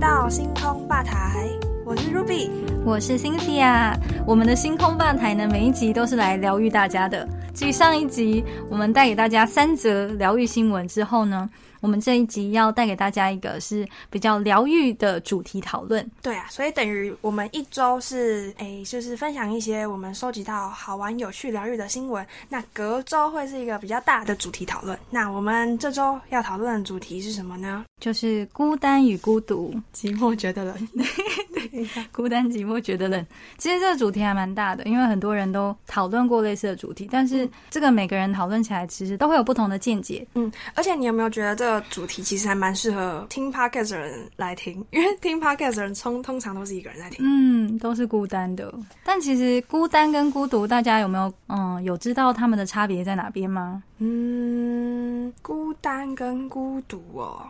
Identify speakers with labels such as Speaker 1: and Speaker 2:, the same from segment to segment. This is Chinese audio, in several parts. Speaker 1: 到星空吧台，我是 Ruby。
Speaker 2: 我是 Cynthia，我们的星空吧台呢，每一集都是来疗愈大家的。继上一集我们带给大家三则疗愈新闻之后呢，我们这一集要带给大家一个是比较疗愈的主题讨论。
Speaker 1: 对啊，所以等于我们一周是诶，就是分享一些我们收集到好玩、有趣、疗愈的新闻。那隔周会是一个比较大的主题讨论。那我们这周要讨论的主题是什么呢？
Speaker 2: 就是孤单与孤独，
Speaker 1: 寂寞觉得 冷。啊
Speaker 2: 孤单寂寞觉得冷。其实这个主题还蛮大的，因为很多人都讨论过类似的主题，但是这个每个人讨论起来其实都会有不同的见解。
Speaker 1: 嗯，而且你有没有觉得这个主题其实还蛮适合听 podcast 的人来听？因为听 podcast 的人通通常都是一个人在听。
Speaker 2: 嗯，都是孤单的。但其实孤单跟孤独，大家有没有嗯有知道他们的差别在哪边吗？
Speaker 1: 嗯，孤单跟孤独哦，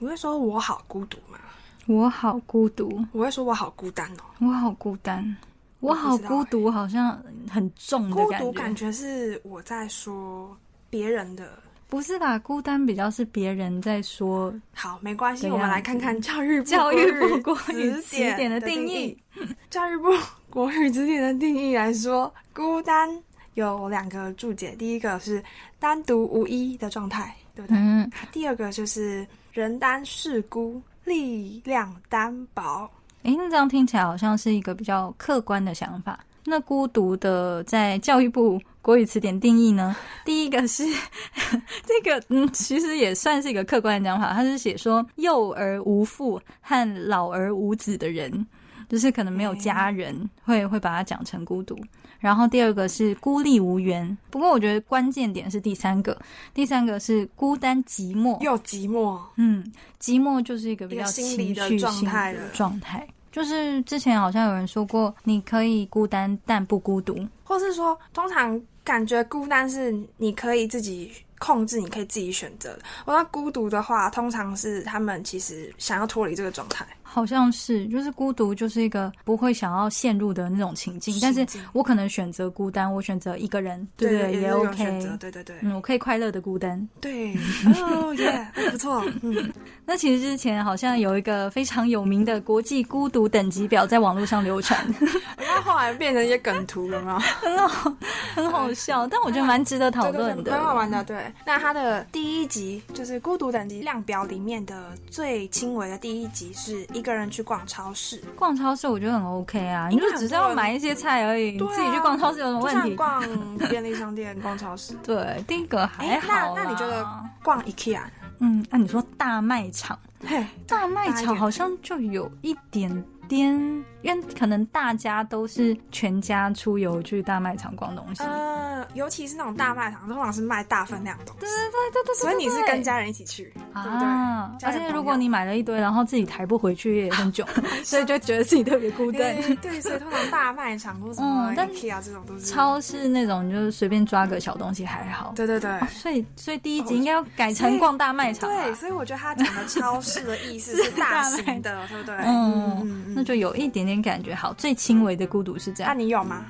Speaker 1: 你会说我好孤独吗？
Speaker 2: 我好孤独，
Speaker 1: 我会说我好孤单哦。
Speaker 2: 我好孤单，我
Speaker 1: 我不知道
Speaker 2: 好孤独，好像很重的
Speaker 1: 孤
Speaker 2: 感
Speaker 1: 独
Speaker 2: 觉。
Speaker 1: 感觉是我在说别人的。
Speaker 2: 不是吧？孤单比较是别人在说
Speaker 1: 好，没关系，
Speaker 2: 的
Speaker 1: 我们
Speaker 2: 样
Speaker 1: 来看
Speaker 2: 子
Speaker 1: 看教育部
Speaker 2: 教育
Speaker 1: 国
Speaker 2: 部国语
Speaker 1: 词
Speaker 2: 词
Speaker 1: 典
Speaker 2: 典的
Speaker 1: 的
Speaker 2: 定
Speaker 1: 定
Speaker 2: 义
Speaker 1: 义。教育部国语词典的定义来说，孤单有两个注解，第一个是单独无依的状态，对不对？
Speaker 2: 嗯，
Speaker 1: 第二个就是人单势孤，力量单薄。
Speaker 2: 诶，那这样听起来好像是一个比较客观的想法。那孤独的在教育部国语词典定义呢？第一个是这个，嗯，其实也算是一个客观的讲法，它是写说幼而无父和老而无子的人，就是可能没有家人，会会把它讲成孤独。然后第二个是孤立无援，不过我觉得关键点是第三个，第三个是孤单寂寞，
Speaker 1: 又寂寞，
Speaker 2: 嗯，寂寞就是一个比较
Speaker 1: 一个
Speaker 2: 情
Speaker 1: 心
Speaker 2: 绪
Speaker 1: 理的
Speaker 2: 性
Speaker 1: 状态了
Speaker 2: 状态。就是之前好像有人说过，你可以孤单但不孤独。
Speaker 1: 或是说，通常感觉孤单是你可以自己控制，你可以自己选择的。我那孤独的话，通常是他们其实想要脱离这个状态。
Speaker 2: 好像是，就是孤独就是一个不会想要陷入的那种情境，但是
Speaker 1: 心境
Speaker 2: 我可能选择孤单，我选择一个人，
Speaker 1: 对
Speaker 2: 对不
Speaker 1: 对，也是
Speaker 2: 也
Speaker 1: 一种选
Speaker 2: OK
Speaker 1: 择。。对对对、
Speaker 2: 嗯，我可以快乐的孤单。
Speaker 1: 对，哦耶， 不错， 嗯，
Speaker 2: 那其实之前好像有一个非常有名的国际孤独等级表在网络上 流传，
Speaker 1: 我觉得后来变成一些梗图了吗？
Speaker 2: 很好笑，但我觉得蛮值得讨
Speaker 1: 对对
Speaker 2: 论
Speaker 1: 对，
Speaker 2: 的。
Speaker 1: 蛮好玩的。对，那它的第一集就是《孤独等级量表》里面的最轻微的第一集，是一个人去逛超市，
Speaker 2: 逛超市我觉得很 OK 啊，
Speaker 1: 因
Speaker 2: 你
Speaker 1: 为
Speaker 2: 就只是要买一些菜而已，你
Speaker 1: 对啊
Speaker 2: 自己去逛超市有什么
Speaker 1: 就
Speaker 2: 问
Speaker 1: 像
Speaker 2: 题？
Speaker 1: 逛便利商店、逛超市。
Speaker 2: 对，第一个还好啦、
Speaker 1: 那那你觉得逛 IKEA，
Speaker 2: 嗯，那、你说大卖场，
Speaker 1: 嘿，
Speaker 2: 大卖
Speaker 1: 大一
Speaker 2: 场
Speaker 1: 点
Speaker 2: 好像就有一点点，因为可能大家都是全家出游去大卖场逛东西。
Speaker 1: 呃，尤其是那种大卖场，通常是卖大分量的东西
Speaker 2: 对，对对对对对，
Speaker 1: 所以你是
Speaker 2: 对
Speaker 1: 跟家人一起去，对不对？
Speaker 2: 嗯啊，
Speaker 1: 家
Speaker 2: 而
Speaker 1: 人
Speaker 2: 且
Speaker 1: 朋
Speaker 2: 如果
Speaker 1: 友
Speaker 2: 你买了一堆，然后自己抬不回去 也很久，所以就觉得自己特别孤单。
Speaker 1: 诶 对，所以通常大卖场或什么
Speaker 2: 嗯但
Speaker 1: IKEA 这种都是
Speaker 2: 超市那种你就是随便抓个小东西还好，
Speaker 1: 对对对。
Speaker 2: 所以，所以第一集应该要改成逛大卖场
Speaker 1: 哦
Speaker 2: 吧。
Speaker 1: 对，所以我觉得他讲的超市的意 思是大型的，对不对？
Speaker 2: 嗯，那就有一点点感觉。好，最轻微的孤独是
Speaker 1: 那
Speaker 2: 这样。
Speaker 1: 啊你有吗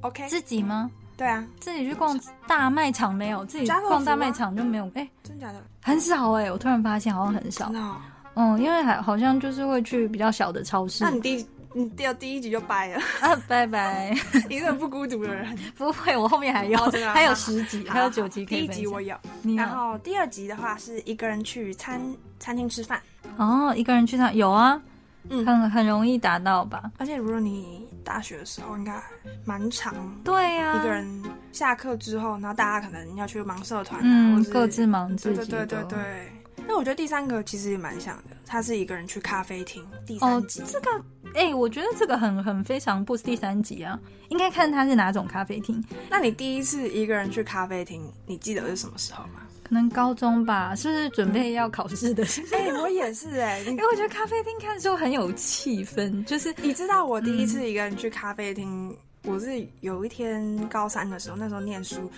Speaker 1: ？OK，
Speaker 2: 自己吗？
Speaker 1: 对啊，
Speaker 2: 自己去逛大卖场没有？自己
Speaker 1: 家乐福
Speaker 2: 逛大
Speaker 1: 啊
Speaker 2: 卖场就没有？哎、
Speaker 1: 真假的？
Speaker 2: 很少哎、我突然发现好像很少
Speaker 1: 真。的哦？
Speaker 2: 嗯，因为还好像就是会去比较小的超市
Speaker 1: 那。你第一你第二第一集就掰了，
Speaker 2: 啊，拜拜。
Speaker 1: 你是很不孤独的人。
Speaker 2: 不会，我后面还有，
Speaker 1: 哦真的吗
Speaker 2: 还有十集，
Speaker 1: 好
Speaker 2: 还有九集可
Speaker 1: 第
Speaker 2: 以
Speaker 1: 一
Speaker 2: 分
Speaker 1: 集我
Speaker 2: 享。嗯
Speaker 1: 有，
Speaker 2: 你有
Speaker 1: 然后第二集的话是一个人去餐餐厅吃饭。
Speaker 2: 哦，一个人去趟有啊，
Speaker 1: 嗯
Speaker 2: 很很容易达到吧？
Speaker 1: 而且如果你大学的时候，应该蛮长，
Speaker 2: 对啊呀、
Speaker 1: 一个人下课之后，然后大家可能要去忙社团、啊，
Speaker 2: 嗯
Speaker 1: 或，是
Speaker 2: 各自忙自
Speaker 1: 对
Speaker 2: 己
Speaker 1: 对
Speaker 2: 的。
Speaker 1: 对对对。那我觉得第三个其实也蛮像的，他是一个人去咖啡厅，第
Speaker 2: 哦
Speaker 1: 三集、
Speaker 2: 这个，哎、我觉得这个很很非常不是第三集啊，应该看它是哪种咖啡厅，
Speaker 1: 那你第一次一个人去咖啡厅，你记得是什么时候 吗？
Speaker 2: 可能高中吧，是不是准备要考 试的时候？
Speaker 1: 哎、我也是哎、
Speaker 2: 因
Speaker 1: 你
Speaker 2: 为我觉得咖啡厅看书很有气氛，就是
Speaker 1: 你知道我第一次一个人去咖啡厅，我是有一天高三的时候，那时候念书，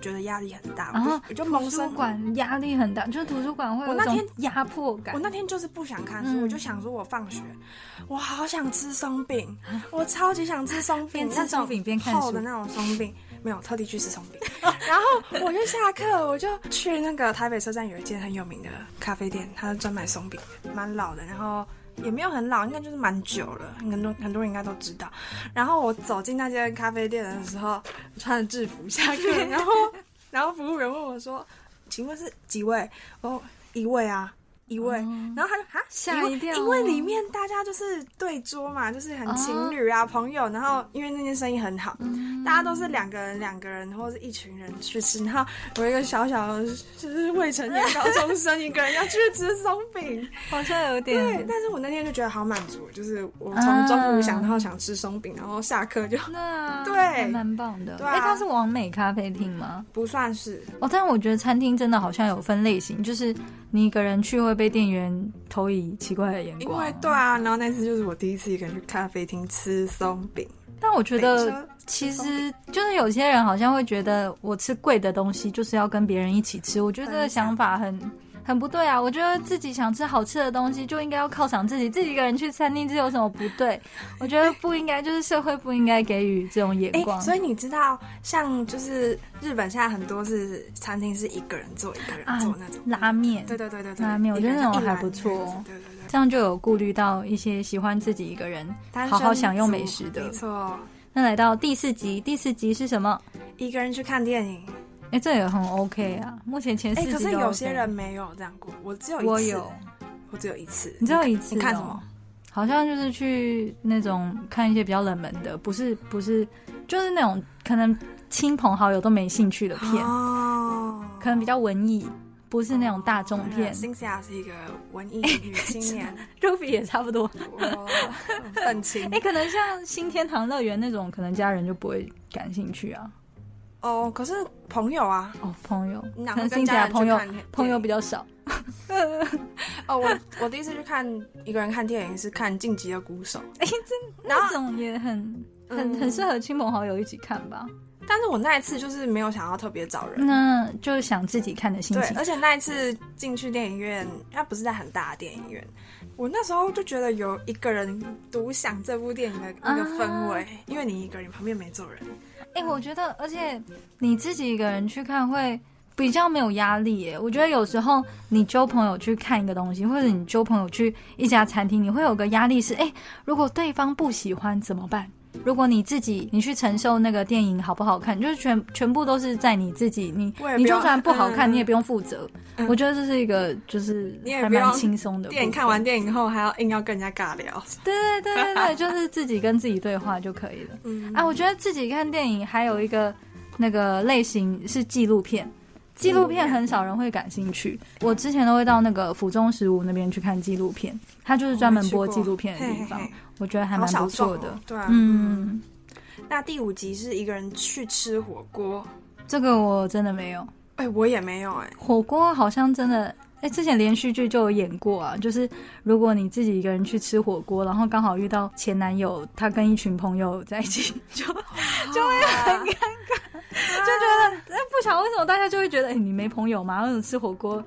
Speaker 1: 觉得压力很大，我就、
Speaker 2: 啊
Speaker 1: 我就
Speaker 2: 图
Speaker 1: 萌
Speaker 2: 书
Speaker 1: 生。
Speaker 2: 馆压力很大，就是图书馆会有
Speaker 1: 我
Speaker 2: 一
Speaker 1: 那
Speaker 2: 种
Speaker 1: 天
Speaker 2: 压迫感嗯
Speaker 1: 我。那天就是不想看书，我就想说，我放学，我好想吃松饼，我超级想吃松饼，
Speaker 2: 边吃松饼边看
Speaker 1: 那
Speaker 2: 书
Speaker 1: 种厚的那种松饼，没有特地去吃松饼。 然后我就下课，我就去那个台北车站有一间很有名的咖啡店，它是专卖松饼，蛮老的，然后也没有很老，应该就是蛮久了，很多很多人应该都知道。然后我走进那间咖啡店的时候，穿着制服下 课，然后然后服务员问我说：“请问是几位？”哦，一位啊。一位，
Speaker 2: 嗯
Speaker 1: 然后他就啊
Speaker 2: 吓
Speaker 1: 因为
Speaker 2: 一跳哦
Speaker 1: 因为里面大家就是对桌嘛，就是很情侣啊、朋友，然后因为那间生意很好，
Speaker 2: 嗯
Speaker 1: 大家都是两个人、两个人或者是一群人去吃，然后我一个小小的就是未成年高中 生，一个人要去吃松饼，
Speaker 2: 好像有
Speaker 1: 对
Speaker 2: 点，。
Speaker 1: 但是我那天就觉得好满足，就是我从中午
Speaker 2: 嗯
Speaker 1: 想到想吃松饼，然后下课就
Speaker 2: 那
Speaker 1: 对
Speaker 2: 还蛮棒的。
Speaker 1: 对啊
Speaker 2: 哎、它是完美咖啡厅吗？
Speaker 1: 不算是
Speaker 2: 哦，但我觉得餐厅真的好像有分类型，就是你一个人去会被店员投以奇怪的眼
Speaker 1: 因
Speaker 2: 光。
Speaker 1: 为对啊，然后那次就是我第一次一个人去咖啡厅吃松饼，
Speaker 2: 但我觉
Speaker 1: 北
Speaker 2: 得
Speaker 1: 车
Speaker 2: 其实就是有些人好像会觉得我吃贵的东西就是要跟别人一起吃，我觉得这个想法很。很不对啊！我觉得自己想吃好吃的东西就应该要犒赏自己，自己一个人去餐厅这有什么不 对？我觉得不应该，就是社会不应该给予这种眼
Speaker 1: 哎、
Speaker 2: 光。
Speaker 1: 所以你知道，像就是日本现在很多是餐厅是一个人做一个人做那种，
Speaker 2: 啊拉面，
Speaker 1: 对对对对对，
Speaker 2: 拉面我觉得
Speaker 1: 一个人
Speaker 2: 那种
Speaker 1: 一篮
Speaker 2: 还不
Speaker 1: 这
Speaker 2: 错哦
Speaker 1: 样子对对对，
Speaker 2: 这样就有顾虑到一些喜欢自己一个人。
Speaker 1: 单
Speaker 2: 好好
Speaker 1: 身
Speaker 2: 享用
Speaker 1: 族
Speaker 2: 美食的
Speaker 1: 没错，
Speaker 2: 那来到第四集，第四集是什么？
Speaker 1: 一个人去看电影，
Speaker 2: 哎、这也很 OK 啊。目前前四
Speaker 1: 哎、
Speaker 2: 集、
Speaker 1: 可是有些人，没有这样过，我只有一次，
Speaker 2: 我有，
Speaker 1: 我只有一次，
Speaker 2: 你知道一次、
Speaker 1: 你看什么？？
Speaker 2: 好像就是去那种看一些比较冷门的，不是不是，就是那种可能亲朋好友都没兴趣的片，
Speaker 1: 哦，
Speaker 2: 可能比较文艺，不是那种大众片。
Speaker 1: 辛西亚是一个文艺女青年，
Speaker 2: Ruby 也差 不多。
Speaker 1: 我很愤青
Speaker 2: 哎、可能像新天堂乐园那种，可能家人就不会感兴趣啊。
Speaker 1: 哦。可是朋友啊，
Speaker 2: 哦，朋友，
Speaker 1: 你哪会
Speaker 2: 可能
Speaker 1: 跟
Speaker 2: 新
Speaker 1: 家人去
Speaker 2: 天堂朋友
Speaker 1: 看电影
Speaker 2: 朋友比较少。
Speaker 1: 哦，我我第一次去看一个人看电影是看《晋级的鼓手》，
Speaker 2: 哎、真
Speaker 1: 然后
Speaker 2: 那种也很很
Speaker 1: 嗯
Speaker 2: 很适合亲朋好友一起看吧。
Speaker 1: 但是我那一次就是没有想要特别找人。
Speaker 2: 那就想自己看的心
Speaker 1: 对，
Speaker 2: 情
Speaker 1: 而。且那一次进去电影院，它不是在很大的电影院，我那时候就觉得有一个人独享这部电影的那个氛
Speaker 2: 啊
Speaker 1: 围，因为你一个人旁边没坐人，
Speaker 2: 哎、我
Speaker 1: 嗯
Speaker 2: 觉得，而且你自己一个人去看会比较没有压力耶。我觉得有时候你揪朋友去看一个东西，或者你揪朋友去一家餐厅，你会有个压力是：哎、如果对方不喜欢怎么办？如果你自己你去承受那个电影好不好看，就是全全部都是在你自己，你
Speaker 1: 我也
Speaker 2: 你
Speaker 1: 不
Speaker 2: 就
Speaker 1: 用
Speaker 2: 算不好看，
Speaker 1: 嗯
Speaker 2: 你也不用负责。
Speaker 1: 嗯
Speaker 2: 我觉得这是一个就是
Speaker 1: 你也
Speaker 2: 还
Speaker 1: 不
Speaker 2: 蛮
Speaker 1: 用
Speaker 2: 轻松的部分。
Speaker 1: 电影看完电影后还要硬要跟人家尬聊，
Speaker 2: 对对对对对，就是自己跟自己对话就可以了。
Speaker 1: 嗯
Speaker 2: 啊，我觉得自己看电影还有一个那个类型是纪录片，纪录片很少人会感兴趣。我之前都会到那个府中十五那边去看纪录片，它就是专门播纪录片的地方，
Speaker 1: 嘿嘿
Speaker 2: 我觉得还
Speaker 1: 好
Speaker 2: 蛮
Speaker 1: 小
Speaker 2: 不
Speaker 1: 众
Speaker 2: 错
Speaker 1: 哦
Speaker 2: 的。
Speaker 1: 对啊，嗯。
Speaker 2: 嗯，
Speaker 1: 那第五集是一个人去吃火锅，
Speaker 2: 这个我真的没有。
Speaker 1: 哎、我也没有哎、
Speaker 2: 火锅好像真的，哎、之前连续剧就有演过啊，就是如果你自己一个人去吃火锅，然后刚好遇到前男友，他跟一群朋友在一起，就 就会很尴尬，就觉得哎、不晓得为什么大家就会觉得，哎、你没朋友吗？为什么吃火锅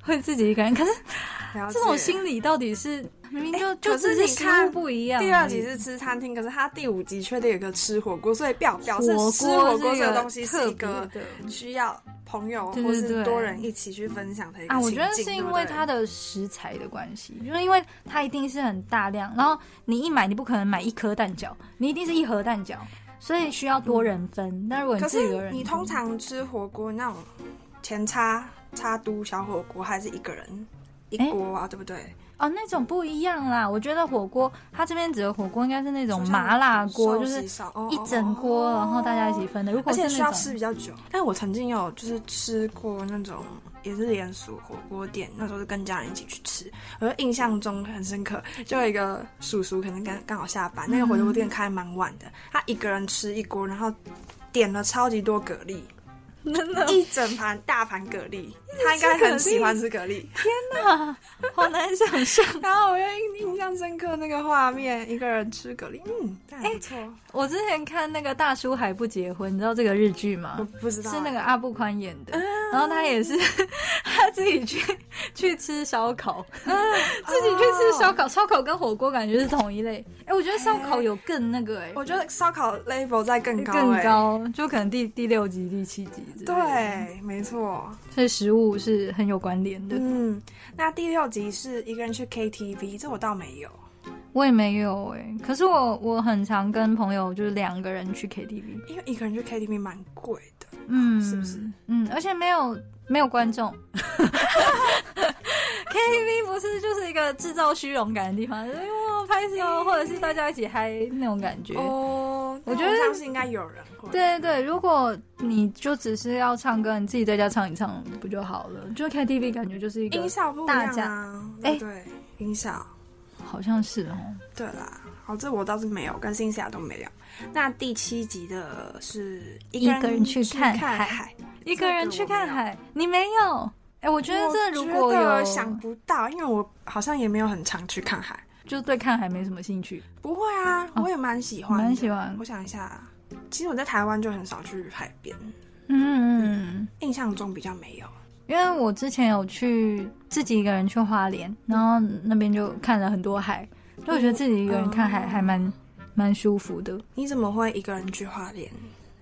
Speaker 2: 会自己一个人？可是
Speaker 1: 了
Speaker 2: 这种
Speaker 1: 解
Speaker 2: 心理到底是明明就、
Speaker 1: 哎
Speaker 2: 就
Speaker 1: 可
Speaker 2: 只
Speaker 1: 是
Speaker 2: 是
Speaker 1: 你
Speaker 2: 食
Speaker 1: 看啊
Speaker 2: 物不一样而已，
Speaker 1: 第二集是吃餐厅，可是他第五集确定有个吃火锅，所以表表示
Speaker 2: 火
Speaker 1: 吃火锅
Speaker 2: 锅
Speaker 1: 这个东西是
Speaker 2: 特
Speaker 1: 一
Speaker 2: 别
Speaker 1: 个
Speaker 2: 的。
Speaker 1: 需要朋友
Speaker 2: 对
Speaker 1: 或
Speaker 2: 对对
Speaker 1: 是多人一起去分享的一个
Speaker 2: 啊，我
Speaker 1: 情
Speaker 2: 觉
Speaker 1: 境
Speaker 2: 得是因为它
Speaker 1: 的
Speaker 2: 的食材的关系，就是因为它一定是很大量，然后你一买，你不可能买一颗蛋饺，你一定是一盒蛋饺，所以需要多人分。但如果你
Speaker 1: 可
Speaker 2: 自己一个
Speaker 1: 是
Speaker 2: 人，
Speaker 1: 你通常吃火锅那种前叉叉都小火锅，还是一个人一
Speaker 2: 哎
Speaker 1: 锅啊，对不对？
Speaker 2: 哦那种不一样啦。我觉得火锅，它这边指的火锅应该是那种
Speaker 1: 就像
Speaker 2: 麻辣锅，
Speaker 1: 寿
Speaker 2: 就
Speaker 1: 喜
Speaker 2: 是
Speaker 1: 烧哦
Speaker 2: 一整锅，
Speaker 1: 哦
Speaker 2: 然后大家一起分的。如果
Speaker 1: 而
Speaker 2: 是
Speaker 1: 且需要
Speaker 2: 那
Speaker 1: 吃
Speaker 2: 种
Speaker 1: 比较久。但我曾经有就是吃过那种也是连锁火锅店，那时候是跟家人一起去吃，我就印象中很深刻，就有一个叔叔可能刚刚好下班，那个火锅店开蛮晚的，他一个人吃一锅，然后点了超级多蛤蜊。真 的，一整盘大盘蛤蜊，他应该很喜欢 吃蛤蜊。
Speaker 2: 好难想象。
Speaker 1: 然后我又印印象深刻那个画面，一个人吃蛤蜊，嗯，这还不错。
Speaker 2: 我之前看那个大叔还不结婚，你知道这个日剧吗？
Speaker 1: 我不知道
Speaker 2: 是那
Speaker 1: 欸
Speaker 2: 个阿部宽演的，然后他也是 他自己去去吃烧烤，
Speaker 1: 嗯
Speaker 2: 自己去吃
Speaker 1: 哦
Speaker 2: 烧烤，烧烤跟火锅感觉是同一类。哎、我觉得烧烤有更那个哎、
Speaker 1: 我觉得烧烤 level 在更高、欸，
Speaker 2: 更。高，就可能第第六集、第七集之类的，
Speaker 1: 对，没错。
Speaker 2: 所以食物是很有关联的。
Speaker 1: 嗯，那第六集是一个人去 KTV，这我倒没有。
Speaker 2: 我也没有哎、可是我我很常跟朋友就是两个人去 KTV，
Speaker 1: 因为一个人去 KTV 蛮贵的，
Speaker 2: 嗯，
Speaker 1: 是不是？
Speaker 2: 嗯，而且没有没有观众。KTV 不是就是一个制造虚荣感的地方，就是哇拍手或者是大家一起嗨那种感觉。
Speaker 1: 哦，
Speaker 2: 我
Speaker 1: 那
Speaker 2: 觉得
Speaker 1: 相信应该有人会。，
Speaker 2: 对对对，如果你就只是要唱歌，你自己在家唱一唱不就好了？就 KTV 感觉就是一个
Speaker 1: 音，效不一
Speaker 2: 大
Speaker 1: 样啊
Speaker 2: 家。
Speaker 1: 对
Speaker 2: 哎
Speaker 1: 不对，音效。
Speaker 2: 好像是哦。
Speaker 1: 对啦，好，这我倒是没有，跟辛西亚都没有。那第七集的是一
Speaker 2: 一个人去看
Speaker 1: 看
Speaker 2: 海
Speaker 1: 海，
Speaker 2: 一个人去看海，你没有？哎、我觉得这如
Speaker 1: 我
Speaker 2: 果
Speaker 1: 觉得
Speaker 2: 有
Speaker 1: 想不到，因为我好像也没有很常去看海。
Speaker 2: 就对看海没什么兴趣，
Speaker 1: 不会啊，
Speaker 2: 哦
Speaker 1: 我也蛮喜欢的，
Speaker 2: 蛮喜欢。
Speaker 1: 我想一下，啊其实我在台湾就很少去海边，
Speaker 2: 嗯嗯，
Speaker 1: 印象中比较没有。
Speaker 2: 因为我之前有去自己一个人去花莲，然后那边就看了很多海，就我觉得自己一个人看海
Speaker 1: 嗯
Speaker 2: 还蛮蛮舒服的，
Speaker 1: 你怎么会一个人去花莲？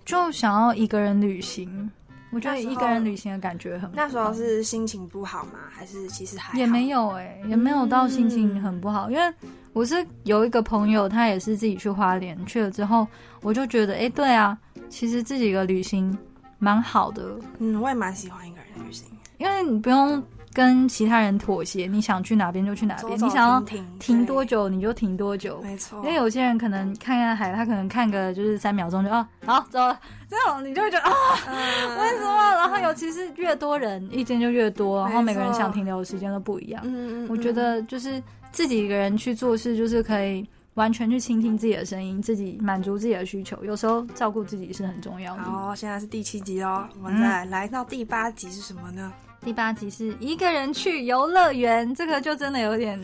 Speaker 2: 就想要一个人旅行。我觉得一个人旅行的感觉很
Speaker 1: 那时候
Speaker 2: 棒
Speaker 1: 是心情不好吗？还是其实还好嗯
Speaker 2: 也没有哎、也没有到心情很不好，因为我是有一个朋友，他也是自己去花莲去了之后，我就觉得哎、诶对啊，其实自己一个旅行蛮好的，
Speaker 1: 嗯，我也蛮喜欢一个人旅行，
Speaker 2: 因为你不用跟其他人妥协，你想去哪边就去哪
Speaker 1: 走
Speaker 2: 边，
Speaker 1: 走
Speaker 2: 你想要
Speaker 1: 停
Speaker 2: 啊停多？
Speaker 1: 对
Speaker 2: 久你就停多久。
Speaker 1: 没错，嗯
Speaker 2: 因为有些人可能看看海，他可能看个就是三秒钟就哦好走了，这种你就会觉得啊、
Speaker 1: 嗯
Speaker 2: 为什么？然后尤其是越多人意见就越多，然后每个人
Speaker 1: 没错
Speaker 2: 想停留的时间都不一样。
Speaker 1: 嗯嗯
Speaker 2: 我觉得就是自己一个人去做事，就是可以完全去倾听自己的声音，自己满足自己的需求。有时候照顾自己是很重要的。
Speaker 1: 嗯好，现在是第七集哦，
Speaker 2: 嗯
Speaker 1: 我们再来到第八集是什么呢？
Speaker 2: 第八集是一个人去游乐园，这个就真的有点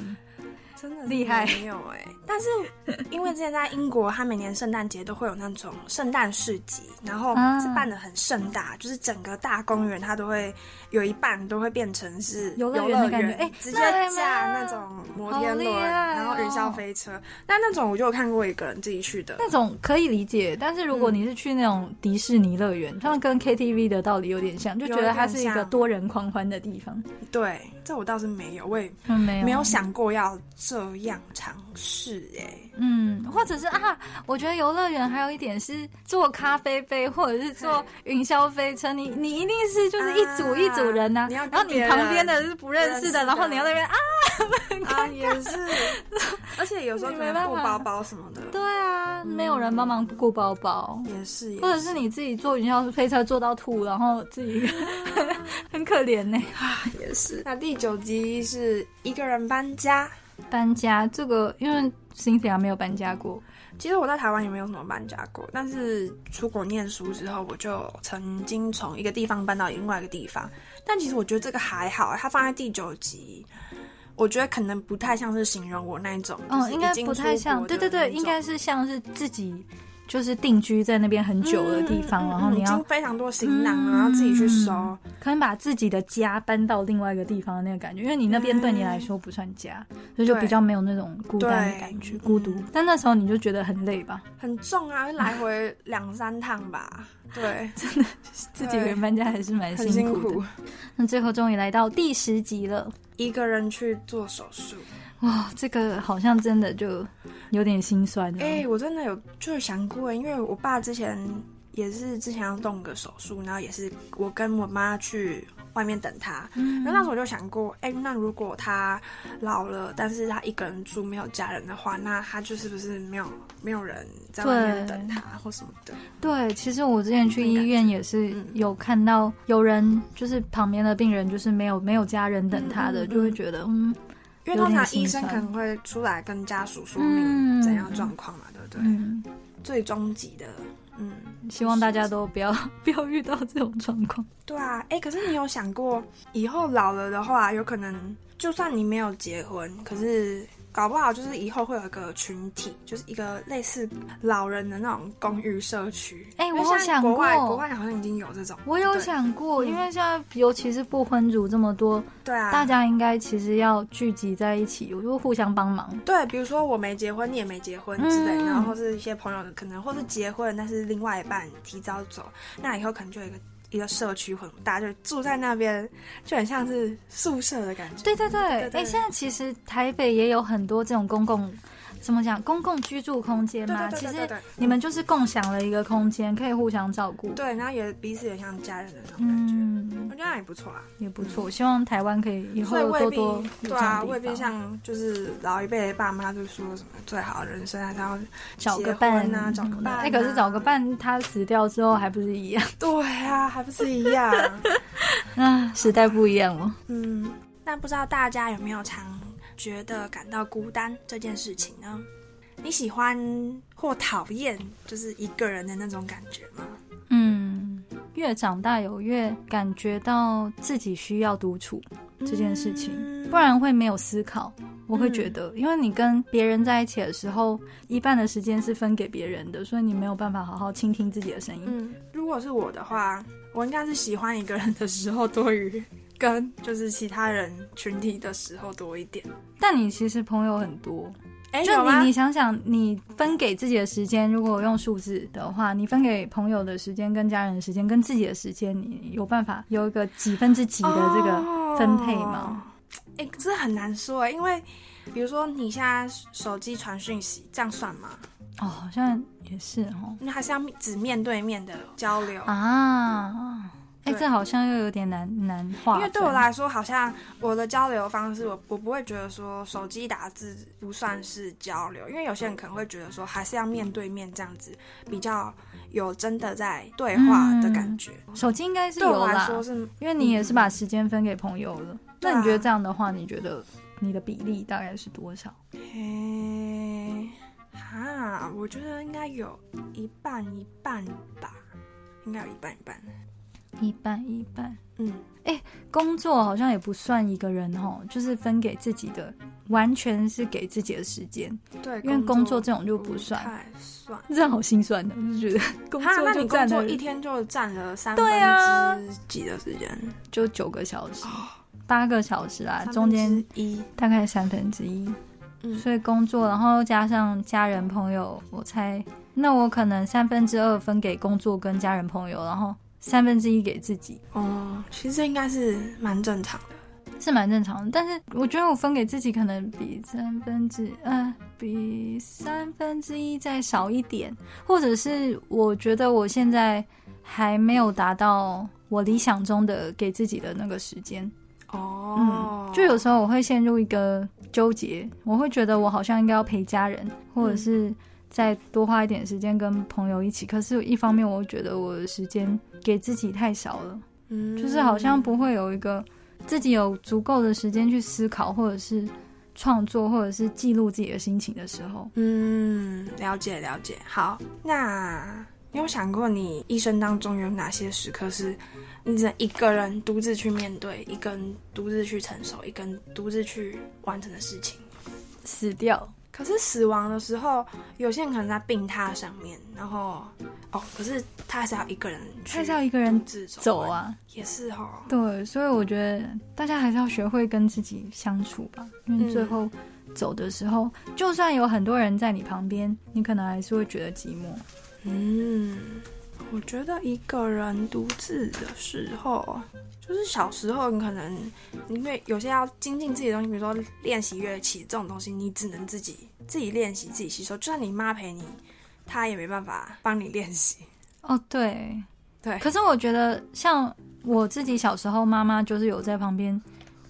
Speaker 1: 真的
Speaker 2: 厉害
Speaker 1: 没有哎、但是因为之前在英国，它每年圣诞节都会有那种圣诞市集，然后
Speaker 2: 啊
Speaker 1: 是办的很盛大，就是整个大公园它都会有一半都会变成是
Speaker 2: 游
Speaker 1: 乐
Speaker 2: 乐园的感觉哎
Speaker 1: 直接
Speaker 2: 那还蛮
Speaker 1: 架那种摩天轮，
Speaker 2: 好厉害哦
Speaker 1: 然后云霄飞车。但那种我就有看过一个人自己去的，
Speaker 2: 那种可以理解，但是
Speaker 1: 嗯
Speaker 2: 如果你是去那种迪士尼乐园，他们跟 KTV 的道理有点像，就觉
Speaker 1: 有
Speaker 2: 得
Speaker 1: 点
Speaker 2: 它是一个
Speaker 1: 像
Speaker 2: 多人狂欢的地方。
Speaker 1: 对，这我倒是没有，我也
Speaker 2: 嗯，没有
Speaker 1: 没有想过要这样尝试哎、
Speaker 2: 嗯，或者是啊，我觉得游乐园还有一点是坐咖啡杯或者是坐云霄飞车，你你一定是就是一组
Speaker 1: 啊
Speaker 2: 一组人呐、
Speaker 1: 你要跟
Speaker 2: 然后你
Speaker 1: 别人
Speaker 2: 旁边的是不认识
Speaker 1: 认识的
Speaker 2: 的，然后你要在那边啊，
Speaker 1: 啊，也是， 而且有时候可
Speaker 2: 你没
Speaker 1: 能
Speaker 2: 办
Speaker 1: 顾
Speaker 2: 法
Speaker 1: 包包什么的，
Speaker 2: 对啊，没有人帮忙顾包包，
Speaker 1: 嗯也是，也
Speaker 2: 或者是你自己坐云霄飞车坐到吐，然后自己 很可怜呢、
Speaker 1: 也是。那第九集是一个人搬家，
Speaker 2: 搬家这个，因为 Cynthia 没有搬家过，
Speaker 1: 其实我在台湾也没有什么搬家过，但是出国念书之后，我就曾经从一个地方搬到另外一个地方。但其实我觉得这个还好，它放在第九集，我觉得可能不太像是形容我那一种，就
Speaker 2: 嗯，
Speaker 1: 是
Speaker 2: 应
Speaker 1: 已
Speaker 2: 该
Speaker 1: 经
Speaker 2: 不
Speaker 1: 出
Speaker 2: 太
Speaker 1: 国
Speaker 2: 像，
Speaker 1: 的
Speaker 2: 对对
Speaker 1: 那
Speaker 2: 对，
Speaker 1: 种
Speaker 2: 应该是像是自己就是定居在那边很久的地方，
Speaker 1: 嗯嗯
Speaker 2: 然后
Speaker 1: 嗯
Speaker 2: 你
Speaker 1: 已
Speaker 2: 要
Speaker 1: 经非常多行囊了，然后自己去收。
Speaker 2: 嗯可能把自己的家搬到另外一个地方的那个感觉，因为你那边对你来说不算家，所以就
Speaker 1: 对
Speaker 2: 比较没有那种孤单的感觉、
Speaker 1: 对
Speaker 2: 孤独
Speaker 1: 嗯。
Speaker 2: 但那时候你就觉得很累吧，
Speaker 1: 很重啊，来回两三趟吧， 对，
Speaker 2: 自己一个人搬家还是蛮
Speaker 1: 很辛
Speaker 2: 苦的。
Speaker 1: 苦。
Speaker 2: 那最后终于来到第十集了，
Speaker 1: 一个人去做手术，
Speaker 2: 哇，这个好像真的就有点心酸了。
Speaker 1: 哎、我真的有就是想过，因为我爸之前也是之前要动个手术，然后也是我跟我妈去外面等他。然
Speaker 2: 嗯
Speaker 1: 后那时候我就想过，哎、那如果他老了，但是他一个人住没有家人的话，那他就是不是没有没有人在外面
Speaker 2: 对
Speaker 1: 等他或什么的？
Speaker 2: 对，其实我之前去医院也是
Speaker 1: 嗯
Speaker 2: 有看到有人，就是旁边的病人就是没有没有家人等他
Speaker 1: 嗯
Speaker 2: 的，
Speaker 1: 嗯嗯
Speaker 2: 就会觉得嗯
Speaker 1: 因为
Speaker 2: 有
Speaker 1: 通
Speaker 2: 点
Speaker 1: 常
Speaker 2: 心
Speaker 1: 医生
Speaker 2: 酸
Speaker 1: 可能会出来跟家属说
Speaker 2: 嗯
Speaker 1: 明怎样状况嘛，对不对？
Speaker 2: 嗯，
Speaker 1: 最终极的，嗯，
Speaker 2: 希望大家都不要 不要遇到这种状况。
Speaker 1: 对啊，哎、可是你有想过，以后老了的话，有可能就算你没有结婚，可是搞不好就是以后会有一个群体，就是一个类似老人的那种公寓社区。
Speaker 2: 哎
Speaker 1: 因为
Speaker 2: 我好
Speaker 1: 现在
Speaker 2: 想
Speaker 1: 国外
Speaker 2: 过
Speaker 1: 国外好像已经有这种，
Speaker 2: 我有
Speaker 1: 对
Speaker 2: 想过，因为现在尤其是不婚族这么多，
Speaker 1: 对啊，
Speaker 2: 大家应该其实要聚集在一起，我就互相帮忙。
Speaker 1: 对，比如说我没结婚，你也没结婚之类，
Speaker 2: 嗯
Speaker 1: 然后是一些朋友可能或是结婚，但是另外一半提早走，那以后可能就有一个一个社区混，大家就住在那边，就很像是宿舍的感觉。
Speaker 2: 对对对，哎
Speaker 1: 对对
Speaker 2: 现在其实台北也有很多这种公共，怎么讲，公共居住空间
Speaker 1: 对
Speaker 2: 嘛。
Speaker 1: 对对对
Speaker 2: 其
Speaker 1: 对
Speaker 2: 实
Speaker 1: 对，
Speaker 2: 你们就是共享了一个空间，可以互相照顾。
Speaker 1: 对，然后也彼此也像家人的那种感觉，
Speaker 2: 嗯
Speaker 1: 我，觉得那也不错啊。
Speaker 2: 也不错。希望台湾可以以后
Speaker 1: 所以未
Speaker 2: 多
Speaker 1: 必
Speaker 2: 多有这
Speaker 1: 对
Speaker 2: 样的
Speaker 1: 啊，
Speaker 2: 地
Speaker 1: 未必
Speaker 2: 方
Speaker 1: 像就是老一辈的爸妈就说什么最好的人生啊还是要
Speaker 2: 找
Speaker 1: 结
Speaker 2: 个
Speaker 1: 婚
Speaker 2: 伴
Speaker 1: 啊找个
Speaker 2: 嗯
Speaker 1: 伴
Speaker 2: 哎，可是
Speaker 1: 啊
Speaker 2: 找个伴，他死掉之后还不是一样？
Speaker 1: 对啊，还不是一样。
Speaker 2: 啊，时代不一样了。
Speaker 1: 嗯，那不知道大家有没有常觉得感到孤单这件事情呢？你喜欢或讨厌就是一个人的那种感觉吗？
Speaker 2: 嗯，越长大有越感觉到自己需要独处。这件事情
Speaker 1: 嗯
Speaker 2: 不然会没有思考。我会觉得，因为你跟别人在一起的时候，一半的时间是分给别人的，所以你没有办法好好倾听自己的声音。
Speaker 1: 嗯，如果是我的话，我应该是喜欢一个人的时候多于跟 就是其他人群体的时候多一点。
Speaker 2: 但你其实朋友很多，
Speaker 1: 哎，
Speaker 2: 就
Speaker 1: 有吗
Speaker 2: 你你想想，你分给自己的时间，如果用数字的话，你分给朋友的时间、跟家人的时间、跟自己的时间，你有办法有一个几分之几的这个？分配吗
Speaker 1: 哦？哎、这很难说哎，因为比如说你现在手机传讯息，这样算吗？
Speaker 2: 哦，好像也是哦
Speaker 1: 那还是要只面对面的交流。
Speaker 2: 啊，哎、
Speaker 1: 对
Speaker 2: 这好像又有点难难划分，
Speaker 1: 因为对我来说，好像我的交流方式，我我不会觉得说手机打字不算是交流，因为有些人可能会觉得说还是要面对面这样子比较有真的在对话的感觉。
Speaker 2: 手机应该是
Speaker 1: 对
Speaker 2: 嗯有
Speaker 1: 我
Speaker 2: 啦
Speaker 1: 来，说是嗯
Speaker 2: 因为你也是把时间分给朋友了。
Speaker 1: 对啊
Speaker 2: 那你觉得这样的话，你觉得你的比例大概是多少？
Speaker 1: 诶，哈，我觉得应该有一半一半吧，应该有一半一半。
Speaker 2: 一半一半。
Speaker 1: 嗯，
Speaker 2: 工作好像也不算一个人哦，就是分给自己的，完全是给自己的时间，
Speaker 1: 对，
Speaker 2: 因为工作这种就不
Speaker 1: 不
Speaker 2: 算。
Speaker 1: 太算。
Speaker 2: 这样好心酸的，我就觉 得工
Speaker 1: 哈，那
Speaker 2: 作就
Speaker 1: 你
Speaker 2: 占
Speaker 1: 工作
Speaker 2: 了
Speaker 1: 一天就占了三分
Speaker 2: 对啊
Speaker 1: 之几的时间？
Speaker 2: 就九个小时、八个小时啦，
Speaker 1: 三分
Speaker 2: 啊中间
Speaker 1: 之一，
Speaker 2: 大概三分之一。
Speaker 1: 嗯，
Speaker 2: 所以工作，然后加上家人朋友，我猜，那我可能三分之二分给工作跟家人朋友，然后三分之一给自己，
Speaker 1: 哦，其实这应该是蛮正常的。
Speaker 2: 是蛮正常的。但是我觉得我分给自己可能比三分之，呃，比三分之一再少一点，或者是我觉得我现在还没有达到我理想中的给自己的那个时间。嗯
Speaker 1: 哦
Speaker 2: 就有时候我会陷入一个纠结，我会觉得我好像应该要陪家人，或者是再多花一点时间跟朋友一起。可是，一方面我又觉得我的时间给自己太少了，
Speaker 1: 嗯
Speaker 2: 就是好像不会有一个自己有足够的时间去思考，或者是创作，或者是记录自己的心情的时候。
Speaker 1: 嗯，了解了解。好，那你有想过你一生当中有哪些时刻是你只能一个人独自去面对，一个人独自去承受，一个人独自去完成的事情？
Speaker 2: 死掉，
Speaker 1: 可是死亡的时候，有些人可能在病榻上面，然后哦，可是他还是要一个人去，
Speaker 2: 还是要一个人
Speaker 1: 自走
Speaker 2: 走
Speaker 1: 完，
Speaker 2: 啊。
Speaker 1: 也是哦。
Speaker 2: 对，所以我觉得大家还是要学会跟自己相处吧，因为最后走的时候，就算有很多人在你旁边，你可能还是会觉得寂寞。
Speaker 1: 嗯，我觉得一个人独自的时候，就是小时候你可能因为有些要精进自己的东西，比如说练习乐器这种东西，你只能自己自己练习自己吸收，就算你妈陪你，她也没办法帮你练习。
Speaker 2: 哦，对，
Speaker 1: 对
Speaker 2: 可是我觉得，像我自己小时候，妈妈就是有在旁边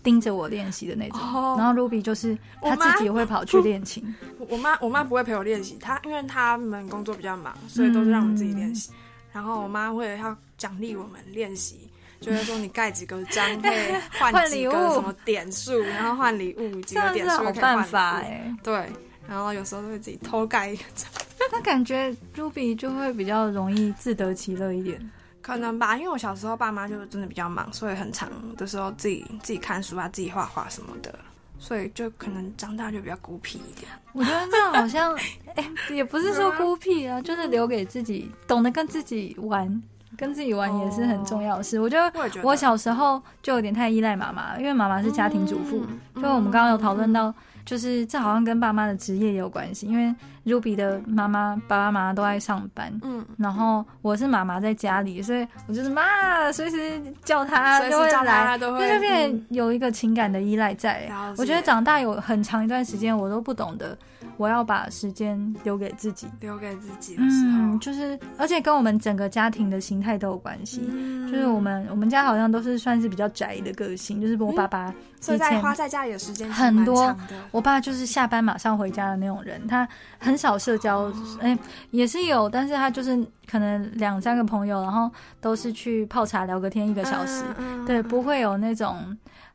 Speaker 2: 盯着我练习的那种。
Speaker 1: 哦
Speaker 2: 然后 Ruby 就是
Speaker 1: 我
Speaker 2: 她
Speaker 1: 妈
Speaker 2: 自己会跑去练琴，
Speaker 1: 我我妈我妈不会陪我练习，她因为他们工作比较忙，所以都是让我自己练
Speaker 2: 嗯
Speaker 1: 习。然后我妈为了要奖励我们练习，就会说你盖几个章可以换
Speaker 2: 换
Speaker 1: 几
Speaker 2: 礼
Speaker 1: 个
Speaker 2: 物
Speaker 1: 什么点数，然后换礼物几
Speaker 2: 这
Speaker 1: 个
Speaker 2: 样
Speaker 1: 点
Speaker 2: 是
Speaker 1: 数
Speaker 2: 好
Speaker 1: 可以换
Speaker 2: 办
Speaker 1: 礼
Speaker 2: 法
Speaker 1: 物
Speaker 2: 哎、
Speaker 1: 对，然后有时候都会自己偷盖一个章，
Speaker 2: 那感觉 Ruby 就会比较容易自得其乐一点。
Speaker 1: 可能吧，因为我小时候爸妈就真的比较忙，所以很长的时候自己自己看书啊，自己画画什么的，所以就可能长大就比较孤僻一点。
Speaker 2: 我觉得这好像，哎、也不是说孤僻啊，就是留给自己，懂得跟自己玩，跟自己玩也是很重要的事。我觉得
Speaker 1: 我也觉得，
Speaker 2: 我小时候就有点太依赖妈妈，因为妈妈是家庭主妇，
Speaker 1: 嗯
Speaker 2: 就我们刚刚有讨论，到，就是这好像跟爸妈的职业也有关系，因为 Ruby 的妈妈、爸爸妈妈都在上班。
Speaker 1: 嗯，
Speaker 2: 然后我是妈妈在家里，所以我就是妈，随时叫她
Speaker 1: 随
Speaker 2: 都啊会
Speaker 1: 时叫大
Speaker 2: 来，
Speaker 1: 家都会嗯
Speaker 2: 那就变成有一个情感的依赖在。
Speaker 1: 了解嗯
Speaker 2: 我觉得长大有很长一段时间，我都不懂得我要把时间留给自己。
Speaker 1: 留给自己的时
Speaker 2: 嗯，
Speaker 1: 候，
Speaker 2: 就是而且跟我们整个家庭的形态都有关系。
Speaker 1: 嗯
Speaker 2: 就是我，们我们家好像都是算是比较宅的个性，就是我爸爸
Speaker 1: 所
Speaker 2: 以
Speaker 1: 以在
Speaker 2: 前
Speaker 1: 花在家里的时间
Speaker 2: 很
Speaker 1: 蛮
Speaker 2: 多
Speaker 1: 长的
Speaker 2: 我爸就是下班马上回家的那种人，他很少社交，哎、也是有，但是他就是可能两三个朋友，然后都是去泡茶聊个天一个小时，，
Speaker 1: 嗯
Speaker 2: 对，不会有那种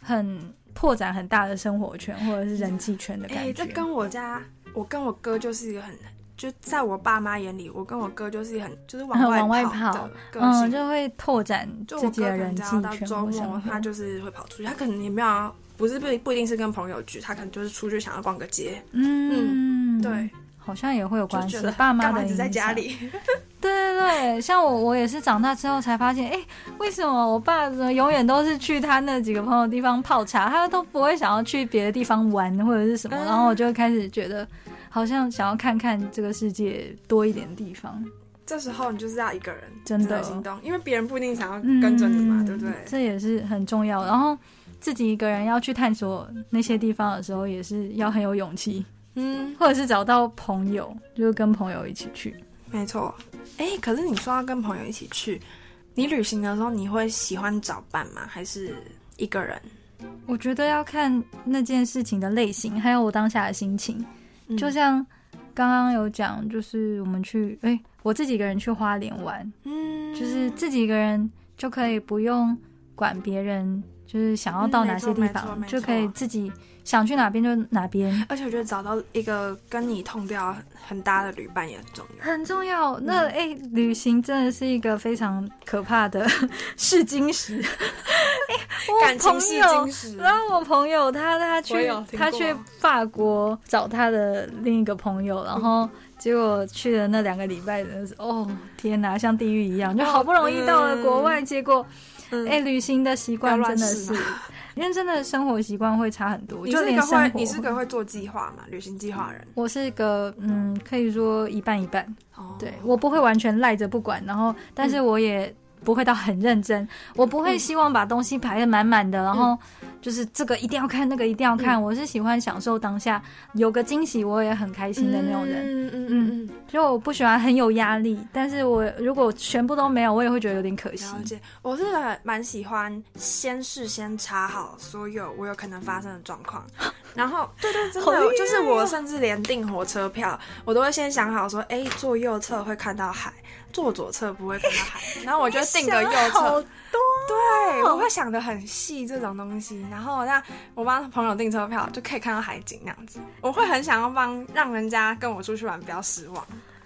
Speaker 2: 很拓展很大的生活圈或者是人际圈的
Speaker 1: 哎、
Speaker 2: 感觉。
Speaker 1: 这跟我家，我跟我哥就是一个很，就在我爸妈眼里，我跟我哥就是一个很，就是往
Speaker 2: 很
Speaker 1: 外
Speaker 2: 往外
Speaker 1: 跑
Speaker 2: 跑
Speaker 1: 的个
Speaker 2: 嗯，
Speaker 1: 性。
Speaker 2: 就会拓展
Speaker 1: 就
Speaker 2: 自
Speaker 1: 我
Speaker 2: 己
Speaker 1: 哥可
Speaker 2: 的
Speaker 1: 能
Speaker 2: 人
Speaker 1: 只
Speaker 2: 际
Speaker 1: 要到
Speaker 2: 圈
Speaker 1: 周
Speaker 2: 或什
Speaker 1: 末
Speaker 2: 么，
Speaker 1: 他
Speaker 2: 的。
Speaker 1: 就是会跑出去，他可能也没有要，不是不不一定是跟朋友聚，他可能就是出去想要逛个街，
Speaker 2: 嗯，
Speaker 1: 对，，
Speaker 2: 好像也会有
Speaker 1: 就
Speaker 2: 关系
Speaker 1: 觉得。
Speaker 2: 爸妈
Speaker 1: 干
Speaker 2: 的
Speaker 1: 嘛一直在
Speaker 2: 影
Speaker 1: 家
Speaker 2: 响
Speaker 1: 里，
Speaker 2: 对对对，像我，我也是长大之后才发现，哎、为什么我爸永远都是去他那几个朋友地方泡茶，他都不会想要去别的地方玩或者是什么？
Speaker 1: 嗯
Speaker 2: 然后我就开始觉得，好像想要看看这个世界多一点地方，
Speaker 1: 这时候你就是要一个人
Speaker 2: 真的
Speaker 1: 行动，因为别人不一定想要跟着你嘛，
Speaker 2: 嗯
Speaker 1: 对不对？
Speaker 2: 这也是很重要。然后自己一个人要去探索那些地方的时候，也是要很有勇气，
Speaker 1: 嗯，
Speaker 2: 或者是找到朋友，就是跟朋友一起去。
Speaker 1: 没错。哎、可是你说要跟朋友一起去，你旅行的时候你会喜欢找伴吗？还是一个人？
Speaker 2: 我觉得要看那件事情的类型，还有我当下的心情。
Speaker 1: 嗯
Speaker 2: 就像刚刚有讲，就是我们去，哎、我自己一个人去花莲玩，
Speaker 1: 嗯
Speaker 2: 就是自己一个人就可以不用管别人，就是想要到哪些地
Speaker 1: 嗯
Speaker 2: 方，
Speaker 1: 没错没错没错
Speaker 2: 就可以自己想去哪边就哪边，
Speaker 1: 而且我觉得找到一个跟你痛调很搭的旅伴也很重要。
Speaker 2: 很重要。那
Speaker 1: 嗯
Speaker 2: 哎、诶旅行真的是一个非常可怕的 试金石。我
Speaker 1: 感情
Speaker 2: 朋
Speaker 1: 是
Speaker 2: 友嗯
Speaker 1: 金石，
Speaker 2: 然后我朋友他他
Speaker 1: 我
Speaker 2: 去
Speaker 1: 有听过
Speaker 2: 他去法国找他的另一个朋友，然
Speaker 1: 嗯
Speaker 2: 后结果去了那两个礼拜的时候，哦天哪，像地狱一样，就好不容易到了国外，结果
Speaker 1: 嗯
Speaker 2: 哎、旅行的习
Speaker 1: 不要
Speaker 2: 惯
Speaker 1: 乱
Speaker 2: 真的
Speaker 1: 试
Speaker 2: 是
Speaker 1: 嘛。，
Speaker 2: 因为真的生活习惯会差很多，
Speaker 1: 你
Speaker 2: 就是连
Speaker 1: 个
Speaker 2: 生
Speaker 1: 会，
Speaker 2: 活
Speaker 1: 你是个会做计划嘛？旅行计划人
Speaker 2: 我是个嗯，可以说一半一半，
Speaker 1: 哦
Speaker 2: 嗯
Speaker 1: 嗯
Speaker 2: 对我不会完全赖着不管，然后但是我也不会到很认真，我不会希望把东西排得满满的，然后
Speaker 1: 嗯
Speaker 2: 就是这个一定要看，那个一定要看，我是喜欢享受当下，有个惊喜我也很开心的那种人，
Speaker 1: 嗯嗯嗯嗯，
Speaker 2: 所以我不喜欢很有压力，但是我如果全部都没有，我也会觉得有点可惜。
Speaker 1: 了解。我是很蛮喜欢先事先查好所有我有可能发生的状 况，然后对对，真
Speaker 2: 好厉
Speaker 1: 的
Speaker 2: 害哦
Speaker 1: 就是我甚至连订火车票，我都会先想好说，哎，坐右侧会看到海，坐左侧不会看到海，然后我就定个右侧，
Speaker 2: 好哦多，
Speaker 1: 对，我会想的很细这种东西，然后让我帮朋友订车票就可以看到海景那样子，我会很想要帮让人家跟我出去玩不要失望。